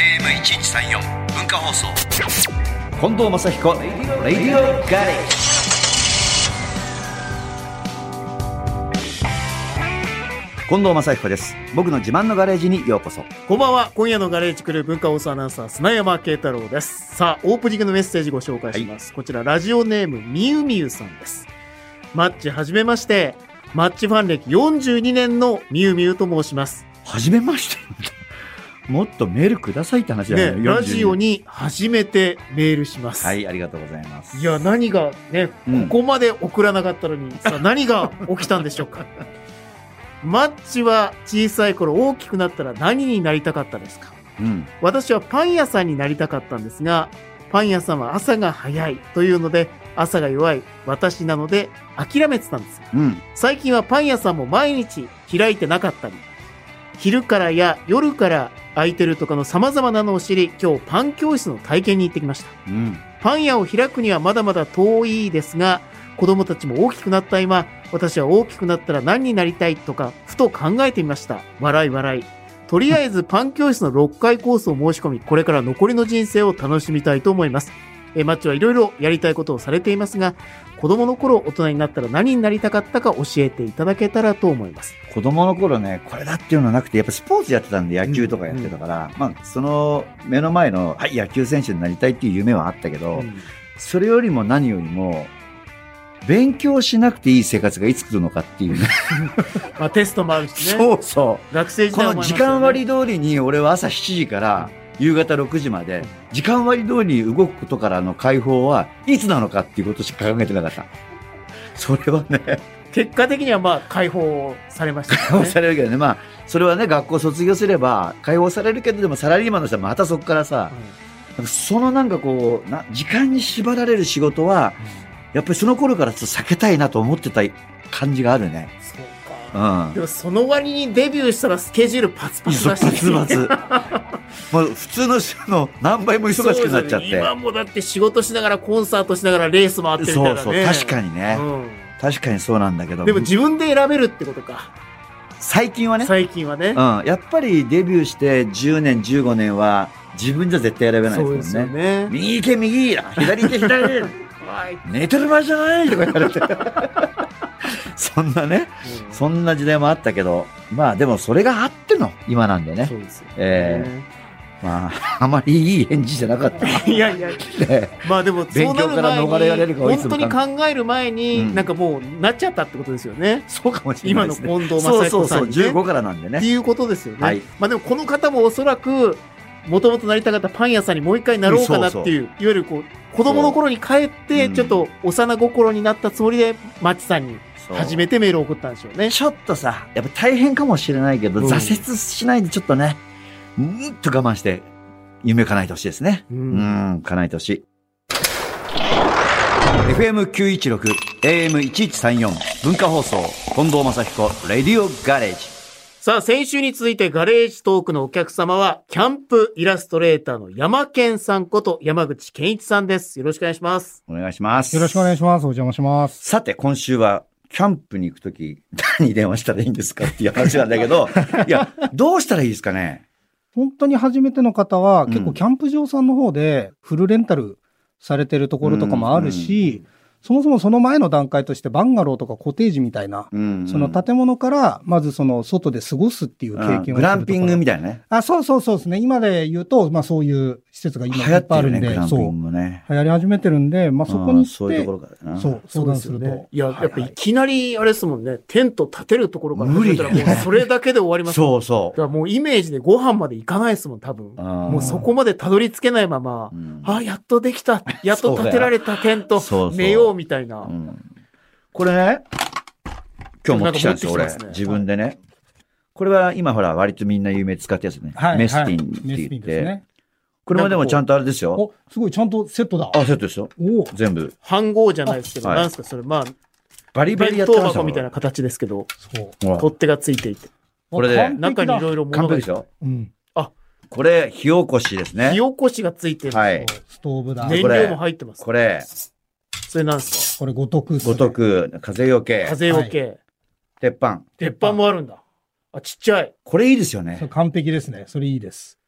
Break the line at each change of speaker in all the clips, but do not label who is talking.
FM1134 文化放送
近藤正彦レディオガレージ近藤正彦です僕の自慢のガレージにようこそ
こんばんは。今夜のガレージクルー文化放送アナウンサー、砂山慶太郎です。さあ、オープニングのメッセージご紹介します。こちら、ラジオネーム、みゆみゆさんです。マッチ、はじめまして。マッチファン歴42年のみゆみゆと申します。
はじめましてもっとメールくださいって話だ
ね
よ、ね
ラジオに初めてメールします。
はいありがとうございます
いや、何がね、
うん
ここまで送らなかったのに、さあ、何が起きたんでしょう か。マッチは小さい頃大きくなったら何になりたかったですか
うん
私はパン屋さんになりたかったんですが、パン屋さんは朝が早いというので、朝が弱い私なので諦めてたんです。
うん
最近はパン屋さんも毎日開いてなかったり、昼からや夜から空いてるとかの様々なのを知り、今日パン教室の体験に行ってきました。
うん
パン屋を開くにはまだまだ遠いですが、子供たちも大きくなった今、私は大きくなったら何になりたいとか、ふと考えてみました。笑い笑い。とりあえ ずパン教室の6回コースを申し込み、これから残りの人生を楽しみたいと思います。えーマッチはいろいろやりたいことをされていますが、子供の頃大人になったら何になりたかったか教えていただけたらと思います。
子供の頃ね、これだっていうのはなくて、やっぱスポーツやってたんで、野球とかやってたから、まあ、その目の前の、はい、野球選手になりたいっていう夢はあったけど、それよりも何よりも、勉強しなくていい生活がいつ来るのかっていうね。
まあテストもあるし ね。
そうそ
学生
う。こ
時代も
の
あります
時
よね
間割り通りに、俺は朝7時から夕方6時まで、時間割り通りに動くことからの解放はいつなのかっていうことしか考えてなかった。それはね、
結果的にはまあ解放されました、ね。
解放されるけどね、 まあ、それはね、学校卒業すれば解放されるけど、でもサラリーマンの人はまたそこからさ、
うん
なんかそのなんかこうな、時間に縛られる仕事は、やっぱりその頃からちょっと避けたいなと思ってた感じがあるね。
そう
う
か。
ん
で。もその割にデビューしたらスケジュールパツパツ
そう
だし、
パツパツ。 もう普通の人の何倍も忙しくなっちゃっ
そうだよね今
て。
もだって仕事しながらコンサートしながらレース回ってるみた
そ
いうな
そ
ね。
う、確かにね。確かにそうなんだけ
う
ど
ん。でも自分で選べるってことか。
最近はね、
最近はね。
うん、やっぱりデビューして10年、15年は自分じゃ絶対選べない
そう
で
ですす
も
よ
んね。
ね。
右行け右左行け左
はい
寝てる場合じゃないとか言われて。 そんなね。
うん
そんな時代もあったけど、まあでもそれがあっての今なんでね
そ。うですよね
えまあ、あまりいい返事じゃなか った。
いやいや、まあでもそうな
勉
る
強から逃れられ
前
る
に、
かはいつ
本
も
当
考え
に考える前に、
うん
なんかもうなっちゃったってことですよね。
そうかもしれないで
今の
すね。
近藤
そう
正
そうそ
彦さ
う、
んに、ね。
15からなんで
って
ね。
いうことですよね。
はい
まあでもこの方もおそらく、もともとなりたかったパン屋さんにもう一回なろうかなっていう、
そう
いわゆるこう、子供の頃に帰っ
う
て、
ん
ちょっと幼心になったつもりで、マッチさんに
そう
初めてメールを送ったんでしょうね。
ちょっとさ、やっぱ大変かもしれないけど、
うん
挫折しないでちょっとね、うんと我慢して、夢叶えてほしいですね。
う。
うんん、叶えてほしい。FM916、AM1134、文化放送、近藤正彦、レディオガレージ。
さあ、先週に続いてガレージトークのお客様は、キャンプイラストレーターの山健さんこと山口健一さんです。よろしくお願いします。
お願いします。
よろしくお願いします。お邪魔します。
さて、今週は、キャンプに行くとき、誰に電話したらいいんですかっていう話なんだけ ど、いや、どうしたらいいですかね
本当に初めての方は、
うん
結構キャンプ場さんの方でフルレンタルされてるところとかもあるし、そもそもその前の段階としてバンガローとかコテージみたいな、
うん
その建物からまずその外で過ごすっていう経験をするところ、
グランピングみたいなね。
あ、そうそうそうですね。今で言うと、まあそういう施設が
流
今い
行
っ
っ
ぱい
て
あ
るね、
るんで、
グランピ
そ
ン
う。
グね。
流行り始めてるんで、まあそこ
う
に
ん
行
そう
っ
いう
て、
ところからな。
そう相談すると。
そうでよねいや、
はい
やっぱいきなり、あれですもんね、テント立てるところから始めたら、
無理
も
だね
うそれだけで終わりますもんね
そうそ
だからもうイメージでご飯まで行かないですもん、多分
う。。
も
も
うそこまでたどり着けないまま、あ、やっとできた、やっと建てられたテント
そうだよそうそ、う
寝ようみたいな。
これね、今日持ってきたんですよ、俺
なんか持ってきてますね。
自分でね。これは今ほら、割とみんな有名使ってるやつね。メスティン
メ
って
スティ
言
ン
っ
です
て。
ね。
これもでもちゃんとあれですよ。
お、すごい、ちゃんとセットだ。
あ、セットですよ。
おお。
全部。
飯盒じゃないですけど、
はい
なんですか、それ、ま
バ
あ、
リバリや
弁
って
当
ました
箱みたいな形ですけど、
そう。
ほら
取っ手がついていて、
これで
完璧だ
中にいろいろ物
完
が
璧でしょ
うん。
これ、火起こしです
火
ね。
起こしがついてる、
はい。
ストーブだ。
燃料も入ってます。
これ、
それなんです
これ、五徳っすね
五。徳、風よけ。
か風よけ。
鉄板。
鉄板もあるんだ。あ、ちっちゃい。
これいいですよ
それ
ね。
完璧ですね。それいいです。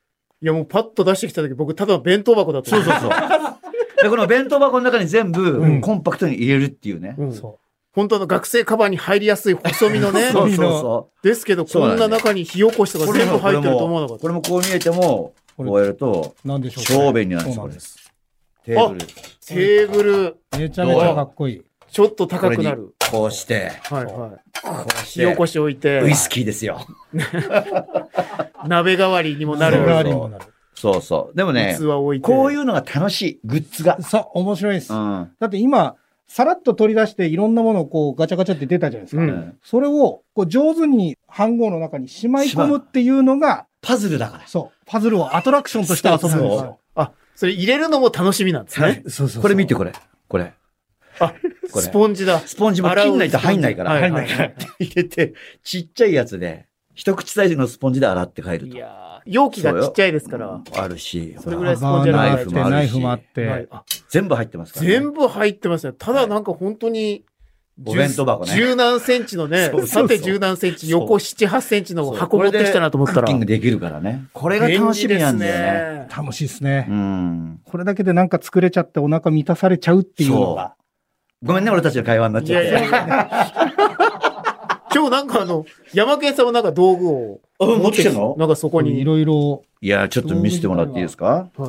いや、もうパッと出してきた時、僕、ただの弁当箱だと
そうそうそう。 で、この弁当箱の中に全
う
部
ん
コンパクトに入れるっていうね。
うん
そ
本当あの学生カバーに入りやすい細身のね。
そうそうそ
ですけど、
そう
こ
なん
ん
だよ
な中に火起こしと
う。
か
これ
全部
も、こ
入
れ
ってると思わなか
も、
っ
こ
た。
れもこう見えても、
こ
こ
れ
うやると、
う。なんでしょう
超便利なんです、
そ
こ
うな
れ
んで。す。
テーブル、
テーブル、
めちゃめちゃかっこいい。
ちょっと高くなる。
こうして、
はいはい。
こうし
火起
て
こ、し置いて
ウ、イスキーですよ。
鍋代わりにもな
そう
ガ
そ
ー
う
る。
リーにもなる。
そうそう。でもね
器、置いて。
こういうのが楽しい、グッズが。
そう、面白いです。
うん。
だって今、さらっと取り出していろんなものをこうガチャガチャって出たじゃないですか。
う
うんん
それをこう上手に飯盒の中にしまい込むっていうのが、
パズルだから。
そう、パズルをアトラクションとして遊ぶんです
そう
よ。
あ、それ入れるのも楽しみなんですね。
そうそう
これ見て、これ。これ。
あ、
これ
ス。ポンジだ。
スポンジも
洗う
切んないと入んないから。
はい
入ん
は
ないいからって入れて、ちっちゃいやつで、一口サイズのスポンジで洗って帰る
い
と。
やー容器がちっちゃいですから。
あるし、
それぐら
ラ
いスポンジ
ナ
ナ
イ
イ
フ
フ
もあるし
もナイフもあって。
はいあ
全部入ってますから、ね。
全部入ってますね。ただなんか本当に、
お弁当箱ね
十何センチのね
そうそう、そう
縦十何センチ、横七八センチの
そう
箱持ってきたなと思った
クッキン
ら
グ。できるからね。これが楽しみなんだよね。
便利ですね。
楽しいですね
う。ん。
これだけでなんか作れちゃってお腹満たされちゃうっていうのが。
ごめんね、俺たちの会話になっ
い
ちゃっ
や
て。
いやいや。 今日なんかあの、山県さんもなんか道具を
あ持ってきたの
なんかそこに。
いろいろ。
いや、ちょっと見せてもらっていいですか
はい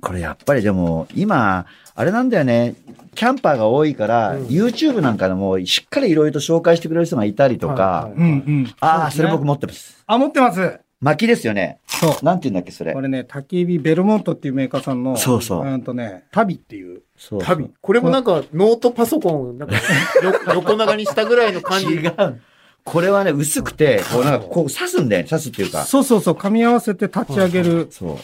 これやっぱりでも、今、あれなんだよね。キャンパーが多いから、
うん
YouTube なんかでもしっかりいろいろと紹介してくれる人がいたりとか、
はい
うんうん。
ああ、そう
そですね
れ僕持ってます。
あ、持ってます。
薪ですよね。
そう。
なんて言うんだっけ、それ
こ。れね、焚き火ベルモントっていうメーカーさんの、
そうそう
うんとね、タビっていう。
そうそう
旅。これもなんかノートパソコン、なんかよ 横長にしたぐらいの感じ。
違う。これはね、薄くて、こうなんかこう刺すんだよね。刺すっていうか。
そうそうそう、噛み合わせて立ち上げる、
そう。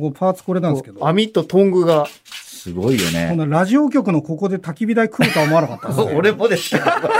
こうパーツこれなんですけど。こ
網とトングが。
すごいよね。。
のラジオ局のここで焚き火台来るとは思わなかったですね
俺もですから、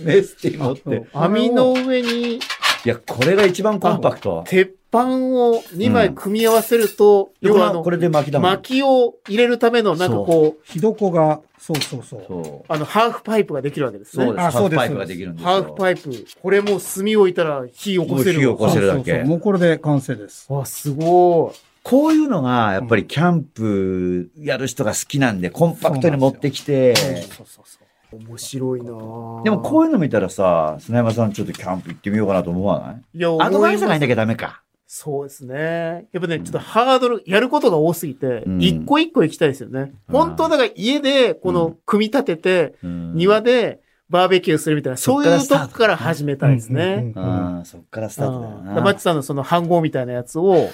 メスティン持っ
そう
て。
網の、上に
いや、これが一番コンパクト。
鉄板を2枚組み合わせると、
で
要
これ
はあ
は
の
こ、れで薪だもん。
薪を入れるための、なんかこう、
火床が、そうそうそう。
そう。
あの、ハーフパイプができるわけですね。
そうです。
あ
ハ
そ
ー
う
フ
です
パイプができるんですよ。
ハーフパイプ。これもう炭を置いたら火起こせる
もう火を起こせるだけ
そうそうそうもうこれで完成です。
わ、すごい。
こういうのが、やっぱりキャンプやる人が好きなんで、コンパクトに持ってきて、
そうそうそう。
面白いなぁ
でもこういうの見たらさ、砂山さんちょっとキャンプ行ってみようかなと思わない
いや、思いま
ア
す
ドバイスがいなきゃダメか。
そうですね。やっぱね、ちょっとハードル、やることが多すぎて
う、ん
一個一個行きたいですよね。
うん
本当だから家で、こ
う
の
ん、
組み立てて、庭
庭
でバーベキューするみたいな、
そっ
そう
から
い
ス
う
タ
と
ート
こから始めたいです
うん
ね。
うんうん
うん、そっからスタートだよ
うん
な。
マッチさんのその飯盒みたいなや つを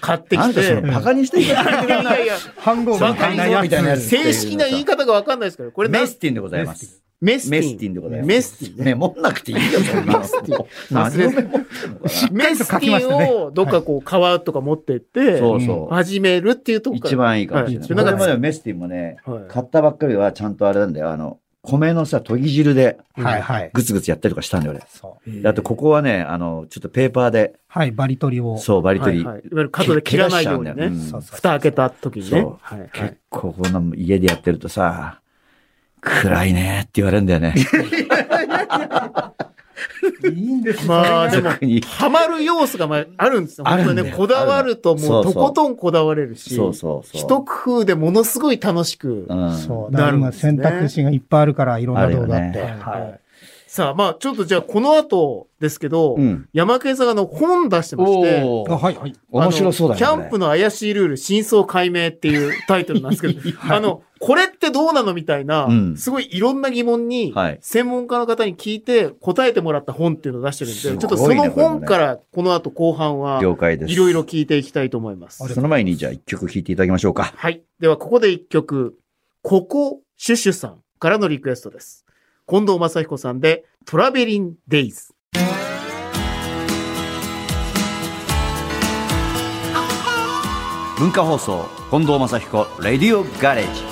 買って
な
き
んか
て
その、バカにしていいか
いやい やいや、
半合みたいなや
みたいなやつ
つ。
正式な言い方がわかんないですから、これな
メスティンでございます。
メステ
メ
ィ
ス
ン
ティンでございます。
メスティンね。
メモんなくていいよ、そんなの。何をメモってんのかな
メスティンをどっかこう皮とか持ってって、
そうそう。
始めるっていうとこから。
一番いいかもしれない。
はい
これまでもメスティンもね、
はい
買ったばっかりはちゃんとあれなんだよ。あの、米のさ、研ぎ汁で
はいはい。
グツグツやったりとかしたんだよ、俺。
そう。
であと、ここはね、あの、ちょっとペーパーで、
はい、バリ取りを。
そう、バリ
は
取
い
り。
はいいわゆる角で切らないように
怪我しちゃんだ
ね。
ん
そうそう
蓋開けた時にね
そう。
はいはい
結構こんな家でやってるとさ、暗いねって言われるんだよね。
いいんですよ
まあ
それが
特に。
ハマる要素がまああるんですよ。
あるんだよ
本当にね、こだわると
あ
もう
るんだよそうそう
とことんこだわれるし、
そうそうそう。
一工夫でものすごい楽しく。
うん。
そう。だ
なるん
から
で
今
すね
選択肢がいっぱいあるから、いろんな動画あって。
ある
よね
はい
はいさあ、まあちょっとじゃあこの後ですけど、
うん。
山県さんがあの本出してまして、
あはいはい。
面白そうだね。
あのキャンプの怪しいルール、真相解明っていうタイトルなんです けど、あの、これってどうなのみたいな、
うん
すごいいろんな疑問に
はい、
専門家の方に聞いて答えてもらった本っていうのを出してるんで、
すごいね
ちょっとその
これも
本
ね
からこの後後半は、
了解です。
いろいろ。聞いていきたいと思います。
その前にじゃあ一曲聴いていただきましょうか。
はい。では、ここで一曲、ここ、シュシュさんからのリクエストです。近藤正彦さんで、トラベリンデイズ。
文化放送、近藤正彦、レディオガレージ。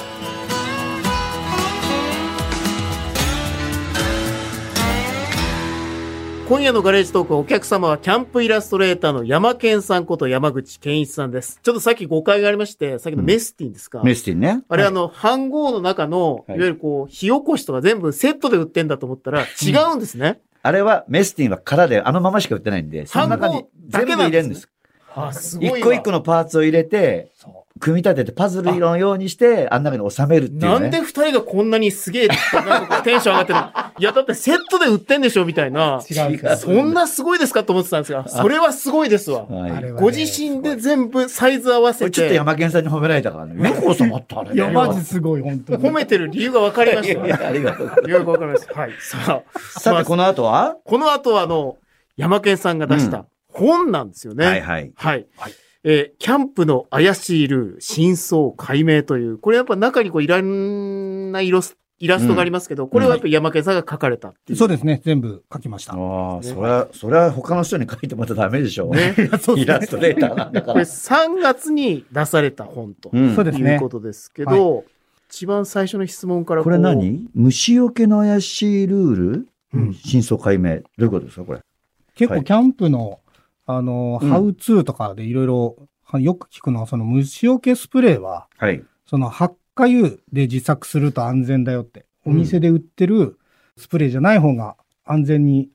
今夜のガレージトークお客様はキャンプイラストレーターの山健さんこと山口健一さんです。ちょっとさっき誤解がありまして、さっきのメスティンですか、
メスティンね。
あれ、あの、飯号の中の、い
は
わ
い
ゆるこう、火起こしとか全部セットで売ってんだと思ったら、違うんですね。
あれは、メスティンは殻であのまましか売ってないんで、その中に全部入れるんです。
あ、す
一個一個
の。
のパーツを入れて、組み立ててパズルのようにして、あん中に収めるっていうね。
なんで二人がこんなにすげえ、なんかこうテンション上 がってるのいや、だってセットで売ってんでしょみたいな。
違うから
そんなすごいですかと思ってたんですが、それはすごいですわ。
はい
あれはね
ご自身で全部サイズ合わ
こ
せ、
れちょってと山健さんに褒められたからね。猫様ってあれ
いや、
ね。
マジすごい、本当に。
褒めてる理由が分かりま
い
した
やい
よ。
やありがとう。
理由が分かりました。はい。さあ、
さて、この後は
この後はあの、山健さんが出し
う
た本なんですよね。
はいはい。
はい。えーキャンプの怪しいルール、真相解明という、これやっぱ中にこういろんな色すイラストがありますけど、これはやっぱ山県さんが書かれたっていう。
そうですね、全部書きました。
ああ、そりゃ、そりゃ他の人に書いてもらったらダメでしょ。
ね。
そう
イラストレーターなんだか
これ
ら。
3月に出された本と
うん
そうです
い
ね
うことですけど、一番最初の質問から
これ何虫除けの怪しいルール、
うん
真相解明。どういうことですかこれ。
結
は
構
い
キャンプの、あの、
うん
ハウツーとかでいろいろ、はよく聞くのは、その虫除けスプレーは、
はい。
その発火油で自作すると安全だよって、お店で売ってるスプレーじゃない方が安全に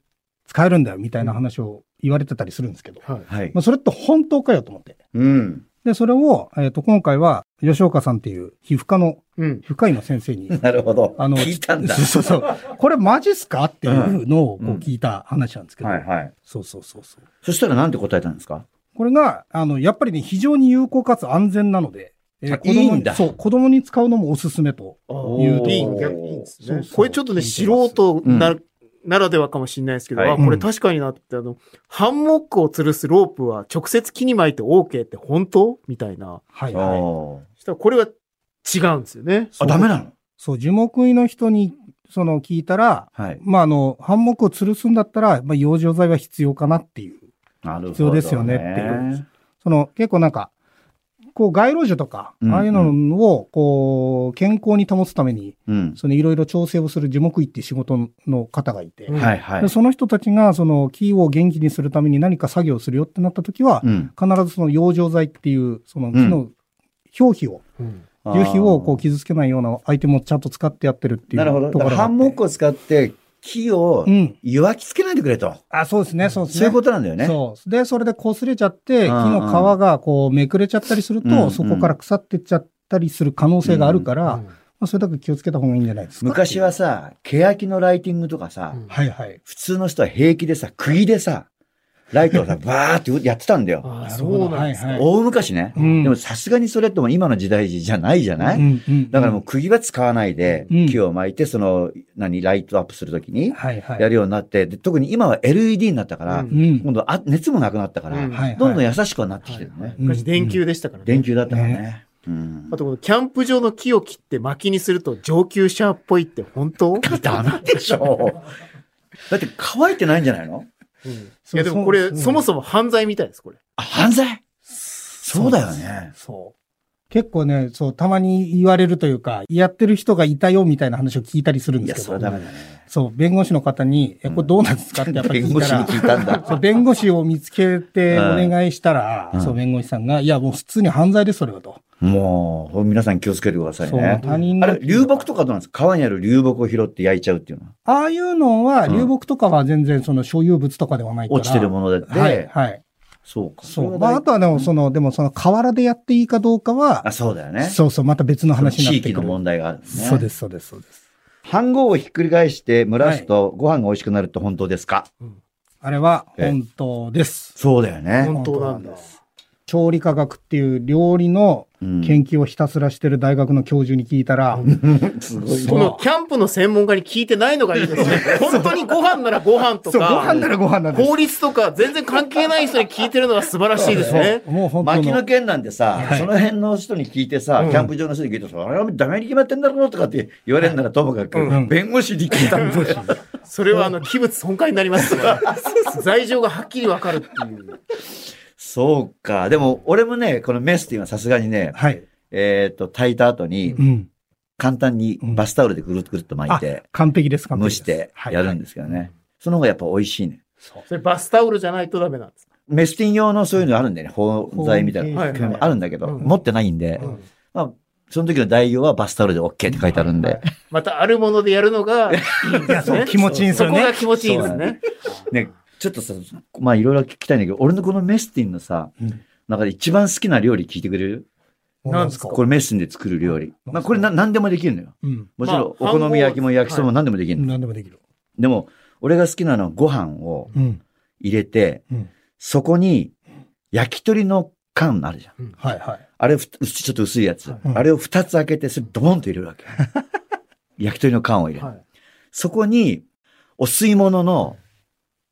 使えるんだよみたいな話を言われてたりするんですけど、
はい。
はい
ま。あ、それって本当かよと思って。
うん。
で、それを、えっ、と、今回は、吉岡さんっていう皮膚科の、
うん。
皮膚科医の先生に、
なるほど。
あの、
聞いたんだ。
そうそうそう。これマジっすかっていうのをこう聞いた話なんですけど、
はいはい。
そうそうそうそう。
そしたらなんて答えたんですか
これが、あの、やっぱりね、非常に有効かつ安全なので、え
あ
子供に
いいんだ
そう、子供に使うのもおすすめと。
お
いうところ
いいんだいいんですね
そうそう
これちょっとね、素人な,、ならではかもしれないですけど、
はい
あこれ確かになって、あの、ハンモックを吊るすロープは直接木に巻いて OK って本当みたいな。
はい、
あ
はい。
ー
そしたらこれは違うんですよね。
あ、ダメなの
そう、樹木医の人に、その、聞いたら、
はい。
まあ、あの、ハンモックを吊るすんだったら、まあ、養生剤は必要かなっていう。
なるほど、ね。
必要ですよねっていうその、結構なんか、こう、街路樹とか、
うん
ああいうのを、こう、健康に保つために、
うん。
その、いろいろ調整をする樹木医っていう仕事の方がいて、
うん
はいはい
で。その人たちが、その、木を元気にするために何か作業をするよってなった時は
う、ん。
必ずその養生剤っていう、その
ん
木の表皮を、樹皮をこう傷つけないようなアイテムをちゃんと使ってやってるっていう
なるほど。
と
だか
ころ
ら
があ
ハン
って
モックを使って木を
うん。
弱きつけないでくれと。
あ、そうですね、そうですね。
そういうことなんだよね。
そう。で、それで擦れちゃって、木
うん
の皮がこうめくれちゃったりする
うんう
と、
ん
そこから腐ってっちゃったりする可能性があるから、
うん
まあそれだけ気をつけた方がいいんじゃないですか。
昔は。さ、欅のライティングとかさ、
うん
はいはい。
普通の人は平気でさ、釘でさ、ライトを さ、バーってやってたんだよ。
ああ、
なる
そ
ほど
うなんです
はい
ね。
大昔ね。
うん
でもさすがにそれってもう今の時代じゃないじゃない、
うんうん
だからもう、釘は使わないで、
うん
木を巻いて、その、何、ライトアップするときに
はいはい。
やるようになって、で特に今は LED になったから、
うん
うん。
今度あ熱もなくなったから、
うん
はいはい
どんどん優しくはなってきてるね。
はいはい
うん
昔電球でしたからね。
電球だったからね。うん
あ。とこのキャンプ場の木を切って薪にすると上級者っぽいって本当、うん、い
ダ メでしょ。だって乾いてないんじゃないの
やでもこれそもそも犯罪みたいです、これ。
あ、犯罪そうだよね。
そう。結構ね、そう、たまに言われるというか、やってる人がいたよみたいな話を聞いたりするん
い
で
や、
すけ
そ
ど。
れダメだね。
そう、弁護士の方に、え、これどうなんですかってやっぱ り
弁
聞
護
い
士
た
に
ら、
聞いたん
そ
だ。
う弁護士を見つけてお願いしたら、
うん
そう、弁護士さんが、いや、もう普通に犯罪です、それはと。
もう、皆さん気をつけてください
そう、
ね。
他人
あ
の。
れ、流木とかどうなんですか川にある流木を拾って焼いちゃうっていうのは。
ああいうのは、
うん
流木とかは全然その所有物とかではないから。
落ちてるもので。
はい、はい。
そうか。
そ
れ
う。
は
まあ、あとはでも、その、でもその河原でやっていいかどうか
あ、
は、
そうだよね。
そうそう、また別の話になっ
地
てくる。
域の問題があるね。
そうです、そうです、そうです。
飯盒をひっくり返して蒸らすとご飯が美味しくなるって本当ですか
あれは、本当です。
そうだよね。
本当なんだ。
調理科学っていう料理の
うん
研究をひたすらしてる大学の教授に聞いたら、
すごい
そ
こ
う
のキャンプの専門家に聞いてないのがいいです ね。本当にご飯ならご飯と
そう、ご飯
か、
ならご飯なんです。
法律とか全然関係ない人に聞いてるのが素晴らしいですね。
もう本当
薪の
の。
件なんてさ、
はい
その辺の人に聞いてさ、キャンプ場の人に聞いてさ、あれはダメに決まってんだろうとかって言われるならともかく、
うん
弁護士に聞いたんだよ
それはあの、器物損壊になりますから。罪状がはっきりわかるっていう。
そうか。でも、俺もね、このメスっていうのはさすがにね、
はい。
えっ、と、炊いた後に
う、ん。
簡単にバスタオルでぐるっとぐるっと巻いて、
完璧です、完璧
蒸
で
し
す。
てやるんですけどね。
はい
その方がやっぱ美味しいね。
そう
それバスタオルじゃないとダメなんです。
メスティン用のそういうのあるんだよね。包材みたいな。
はいはい
あるんだけど、
うん
持ってないんで、
うん
まあ、その時の代用はバスタオルで OK って書いてあるんで、
はいまたあるものでやるのがいいんですね、
いやそう気持ちいいんですよね
そこが気持ちいいんですね。
ね、ちょっとさ、まあいろいろ聞きたいんだけど、俺のこのメスティンのさ、
うん
中で一番好きな料理聞いてくれる
なんですか
これメスティンで作る料理。まあこれな何でもできるのよ。
うん。
もちろんお
まあ
好み焼きも焼きそばも
はい
何でもできるの。
何でもできる。
でも、俺が好きなのはご飯を
うん。
入れて、
うん。
そこに焼き鳥の缶あるじゃん。
はいはい。
あれふ、うちょっと薄いやつ。
うん
あれを二つ開けて、それドボンと入れるわけ。 焼き鳥の缶を入れる。
はい
そこに、お吸い物の、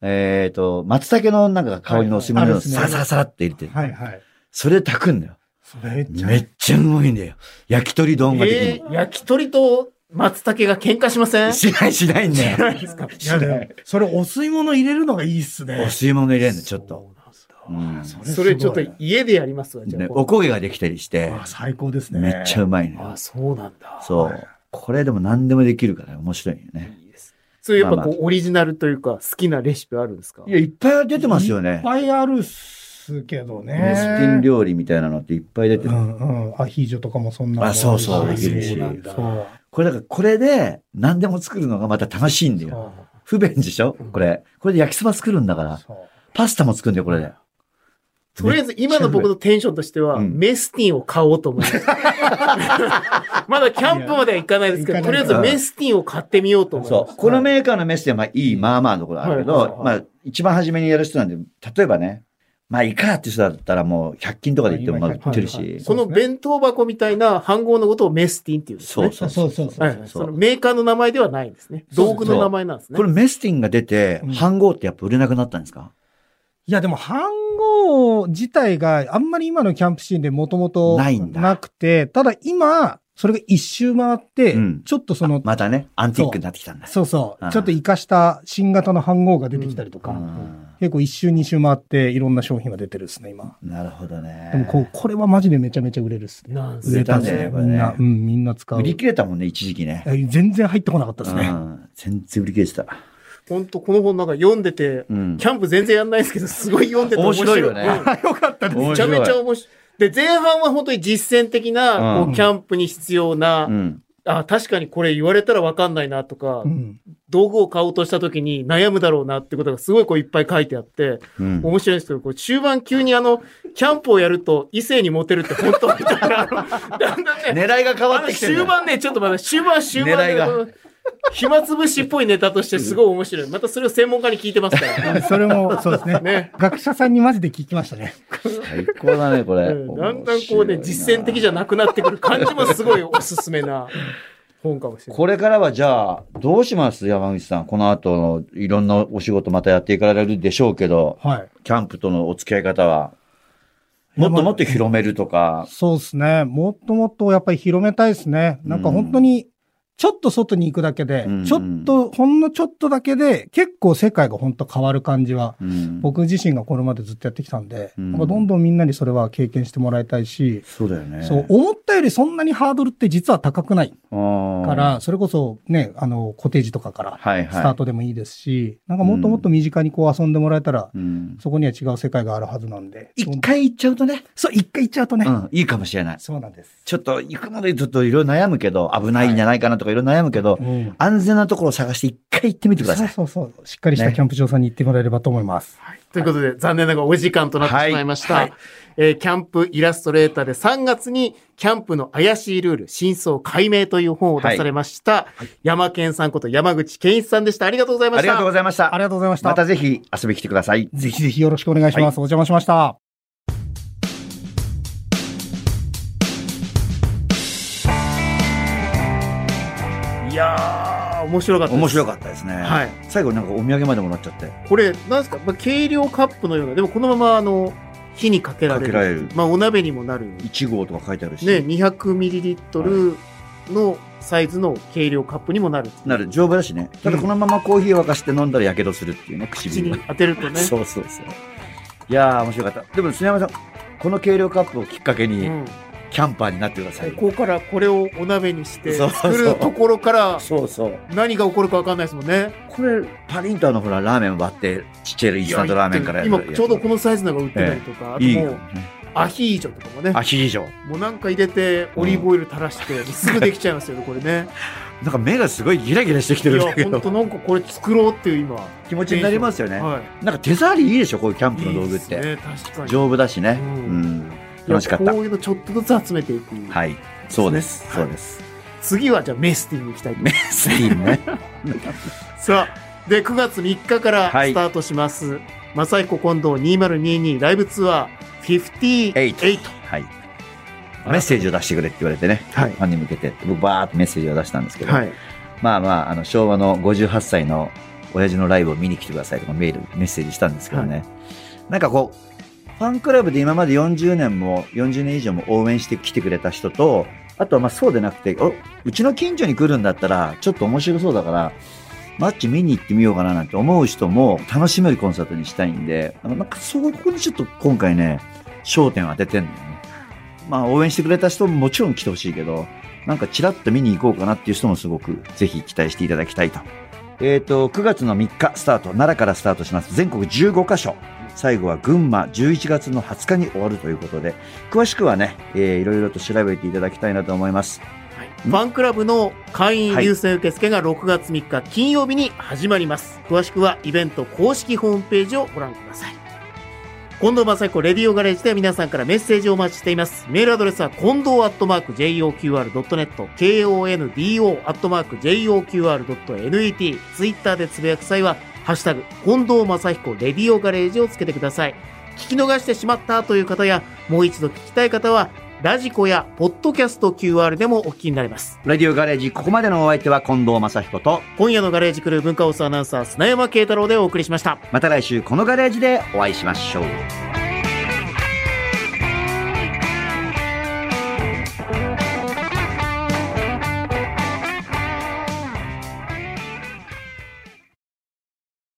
えっ、と、松茸のなんか香りのお吸い
はい
物
は
を
い
サラサラサラって入れて、
はいはい。
それで炊くんだよ。
それめっちゃ
めっちゃうまいんだよ。焼き鳥丼ができる
えー、焼き鳥と松茸が喧嘩しません
の。
し
しないしないんだよ。
ないですか
いやでもそれお吸い物入れるのがいいっす
お
ね。
吸い物入れんの、ちょっと。
そ
う
うなん
ん
だそれ
それちょっと
すごい
家でやりますわ、じゃあ。
ねおこげができたりして、
なあ最高ですね。
めっちゃうまいの
あ
よ。
あ、そうなんだ。
そう。これでも何でもできるから面白いよね。
いいです。そういうやっぱ
まあ
こう、オリジナルというか、好きなレシピあるんですか
いや、いっぱい出てますよ
いっ
ね。
ぱいあるっすけどね。
メスティン料理みたいなのっていっぱい出て
う
る。
んうん。アヒージョとかもそんなの
あそうそう
あるし
できるし
そうなんだそう
これだから、これで何でも作るのがまた楽しいんだよ。不便でしょこれ。これで焼きそば作るんだから。
そう
パスタも作るんだよ、これで。
とりあえず今の僕のテンションとしては、
うん
メスティンを買お うと思います。まだキャンプまでは行かないですけ
い
ど、
や
とりあえずメスティンを買ってみようと思います。
そう。このメーカーのメスでまあいい、まあまあのところあるけど、
はいはいはい
まあ一番初めにやる人なんで、例えばね、まあいいかって人だったらもう100均とかで行ってもまあ売ってるし、
はいはいはい
この弁当箱みたいな飯号のことをメスティンっていうんです
そう
ね。
そうそ。
そううそうそう。
はいはいそのメーカーの名前ではないんですね。道具の名前なんですね。
これメスティンが出て
う、ん
飯号ってやっぱ売れなくなったんですか、
いや、でも、飯号自体があんまり今のキャンプシーンでもともと
ないんだ
なくて、ただ今、それが一周回って、
うん
ちょっとその、
またね、アンティークになってきたんだ。
そうそうう、
ん
ちょっと活かした新型の飯号が出てきたりとか、
うん
結構一周二周回っていろんな商品が出てるですね、今。
なるほどね。
でもこう、これはマジでめちゃめちゃ売れるっすね。
なん
売
す
れたんだ
で
よねこれ
み
ね
んな、うん、みんな使う
売。り切れたもんね、一時期ね。
え全然入ってこなかったです
う
ね。
ん全然売り切れてた。
本当この本なんか読んでて、
うん
キャンプ全然やんないですけど、すごい読んでて面白い。
面白いよね
うん
よかった
めちゃめちゃ 面白い。で、前半は本当に実践的な、
うん
こう、キャンプに必要な、
うん。
あ、確かにこれ言われたらわかんないなとか、
うん。
道具を買おうとした時に悩むだろうなってことがすごいこういっぱい書いてあって、
うん
面白いんですけど、こう終盤急にあの、キャンプをやると異性にモテるって本当みたいな、あのだんだんね、
狙いが変わ
あ
っ
の
てきてる
終盤ね、ちょっとまだ終盤終盤
狙い
で、
が
この暇つぶしっぽいネタとしてすごい面白い。またそれを専門家に聞いてます から。
それ も、そうですね。
ね。
学者さんにマジで聞きましたね。
最高だね、これ。
うんだんだんこうね、実践的じゃなくなってくる感じもすごいおす すめな本かもしれない。
これからはじゃあ、どうします山口さん。この後のいろんなお仕事またやっていかれるでしょうけど、
はい。
キャンプとのお付き合い方は、もっともっと広めるとか、
そうですね。もっともっとやっぱり広めたいですね。なんか本当に、ちょっと外に行くだけで、
うん
ちょっと、ほんのちょっとだけで、結構世界が本当変わる感じは、
うん
僕自身がこれまでずっとやってきたんで、
うん
なんかどんどんみんなにそれは経験してもらいたいし、
そうだよね。
そう、思ったよりそんなにハードルって実は高くない
あー
から、それこそね、あの、コテージとかから、
はいはい。
スタートでもいいですし、なんかもっともっと身近にこう遊んでもらえたら、
うん
そこには違う世界があるはずなんで。
一回行っちゃうとね、
そう、一回行っちゃうとね。
うん、いいかもしれない。
そうなんです。
ちょっと行くまでちょっといろいろ悩むけど、危ないんじゃないかなとかいろいろ悩むけど、
うん
安全なところを探して一回行ってみてくださ
そう
い。
そうそう。しっかりしたキャンプ場さんに行ってもらえればと思います。
ということで、残念ながらお時間となってしまいました。えーキャンプイラストレーターで3月に、キャンプの怪しいルール、真相解明という本を出されました、山健さんこと山口健一さんでした。ありがとうございま
あ
し
りがと
た
う。ございました。
ありがとうございました。
またぜひ遊びに来てください。
ぜひぜひよろしくお願いします。
はい
お邪魔しました。
いやー、面白かったです。
面白
っ
かったですね。
はい。
最後なんかお土産までもらっちゃって。
これ、なんですか、まあ、軽量カップのような、でもこのまま、あの、火にかけられる。
かけられる
まあ、お鍋にもなる。ね、
1号とか書いてあるし。
200ml のサイズの軽量カップにもなる。
なる、丈夫だしね。ただこのままコーヒーを沸かして飲んだら火傷するっていうね、
口
唇
に
が。
当てるとね。
そうそうそう。いやー、面白かった。でも、砂山さん、この軽量カップをきっかけ
う
に、
ん
キキャンパーになってくださいよ
ここからこれをお鍋にして
そうそう
作るところから
そうそう
何が起こるか分かんないですもんね。
これパリンとあのほらラーメン割ってちっちゃいインスタントラーメンからやる
今ちょうどこのサイズのが売ってたりとか、あと
いい
も
よ
う
ね
アヒージョとかもね、
アヒージョ
もうなんか入れてオリーブオイル垂らしてすぐできちゃいますよね、これ ね。
なんか目がすごいギラギラしてき
い
てるんだけ
や、
ど
本当なんかこれ作ろうっていう今、
気持ちになりますよね、
は
なんか手触りいいでしょこういうキャン
い。
プの道具って
いいですね、確かに。
丈夫だしね、
う
うんん楽しかっ
いや
た
こういうのちょっとずつ集めていく。
はいそうです
は
そ
い
うです
次はじゃあメスティンに行きたいと思い
メスティン ね
ます。さあ、で、9月3日から
はい
スタートします、マサイコ近藤2022ライブツアー58
8。はいメッセージを出してくれって言われてね、
はい
ファンに向けて僕バーっとメッセージを出したんですけど、
はい。
まあまああの昭和の58歳の親父のライブを見に来てくださいとかメールメッセージしたんですけどね、なんかこうファンクラブで今まで40年も40年以上も応援してきてくれた人とあとはまあそうでなくておうちの近所に来るんだったらちょっと面白そうだからマッチ見に行ってみようかななんて思う人も楽しめるコンサートにしたいんであのなんかそこにちょっと今回ね焦点を当ててんだよねまあ応援してくれた人ももちろん来てほしいけどなんかちらっと見に行こうかなっていう人もすごくぜひ期待していただきたいと。えっ、と、9月の3日スタート、奈良からスタートします。全国15カ所。最後は群馬11月の20日に終わるということで、詳しくはね、えーいろいろと調べていただきたいなと思います。
はいファンクラブの会員
はい
優先受付が6月3日金曜日に始まります。詳しくはイベント公式ホームページをご覧ください。近藤正彦レディオガレージでは皆さんからメッセージをお待ちしています。メールアドレスは近藤アットマーク JOQR.net、KONDO アットマーク JOQR.net、ツイッターでつぶやく際は、ハッシュタグ、近藤正彦レディオガレージをつけてください。聞き逃してしまったという方や、もう一度聞きたい方は、ラジコやポッドキャスト QR でもお聞きになれます。
ラディオガレージ、ここまでのお相手は近藤正彦と、
今夜のガレージクルー文化放送アナウンサー、砂山慶太郎でお送りしました。
また来週このガレージでお会いしましょう。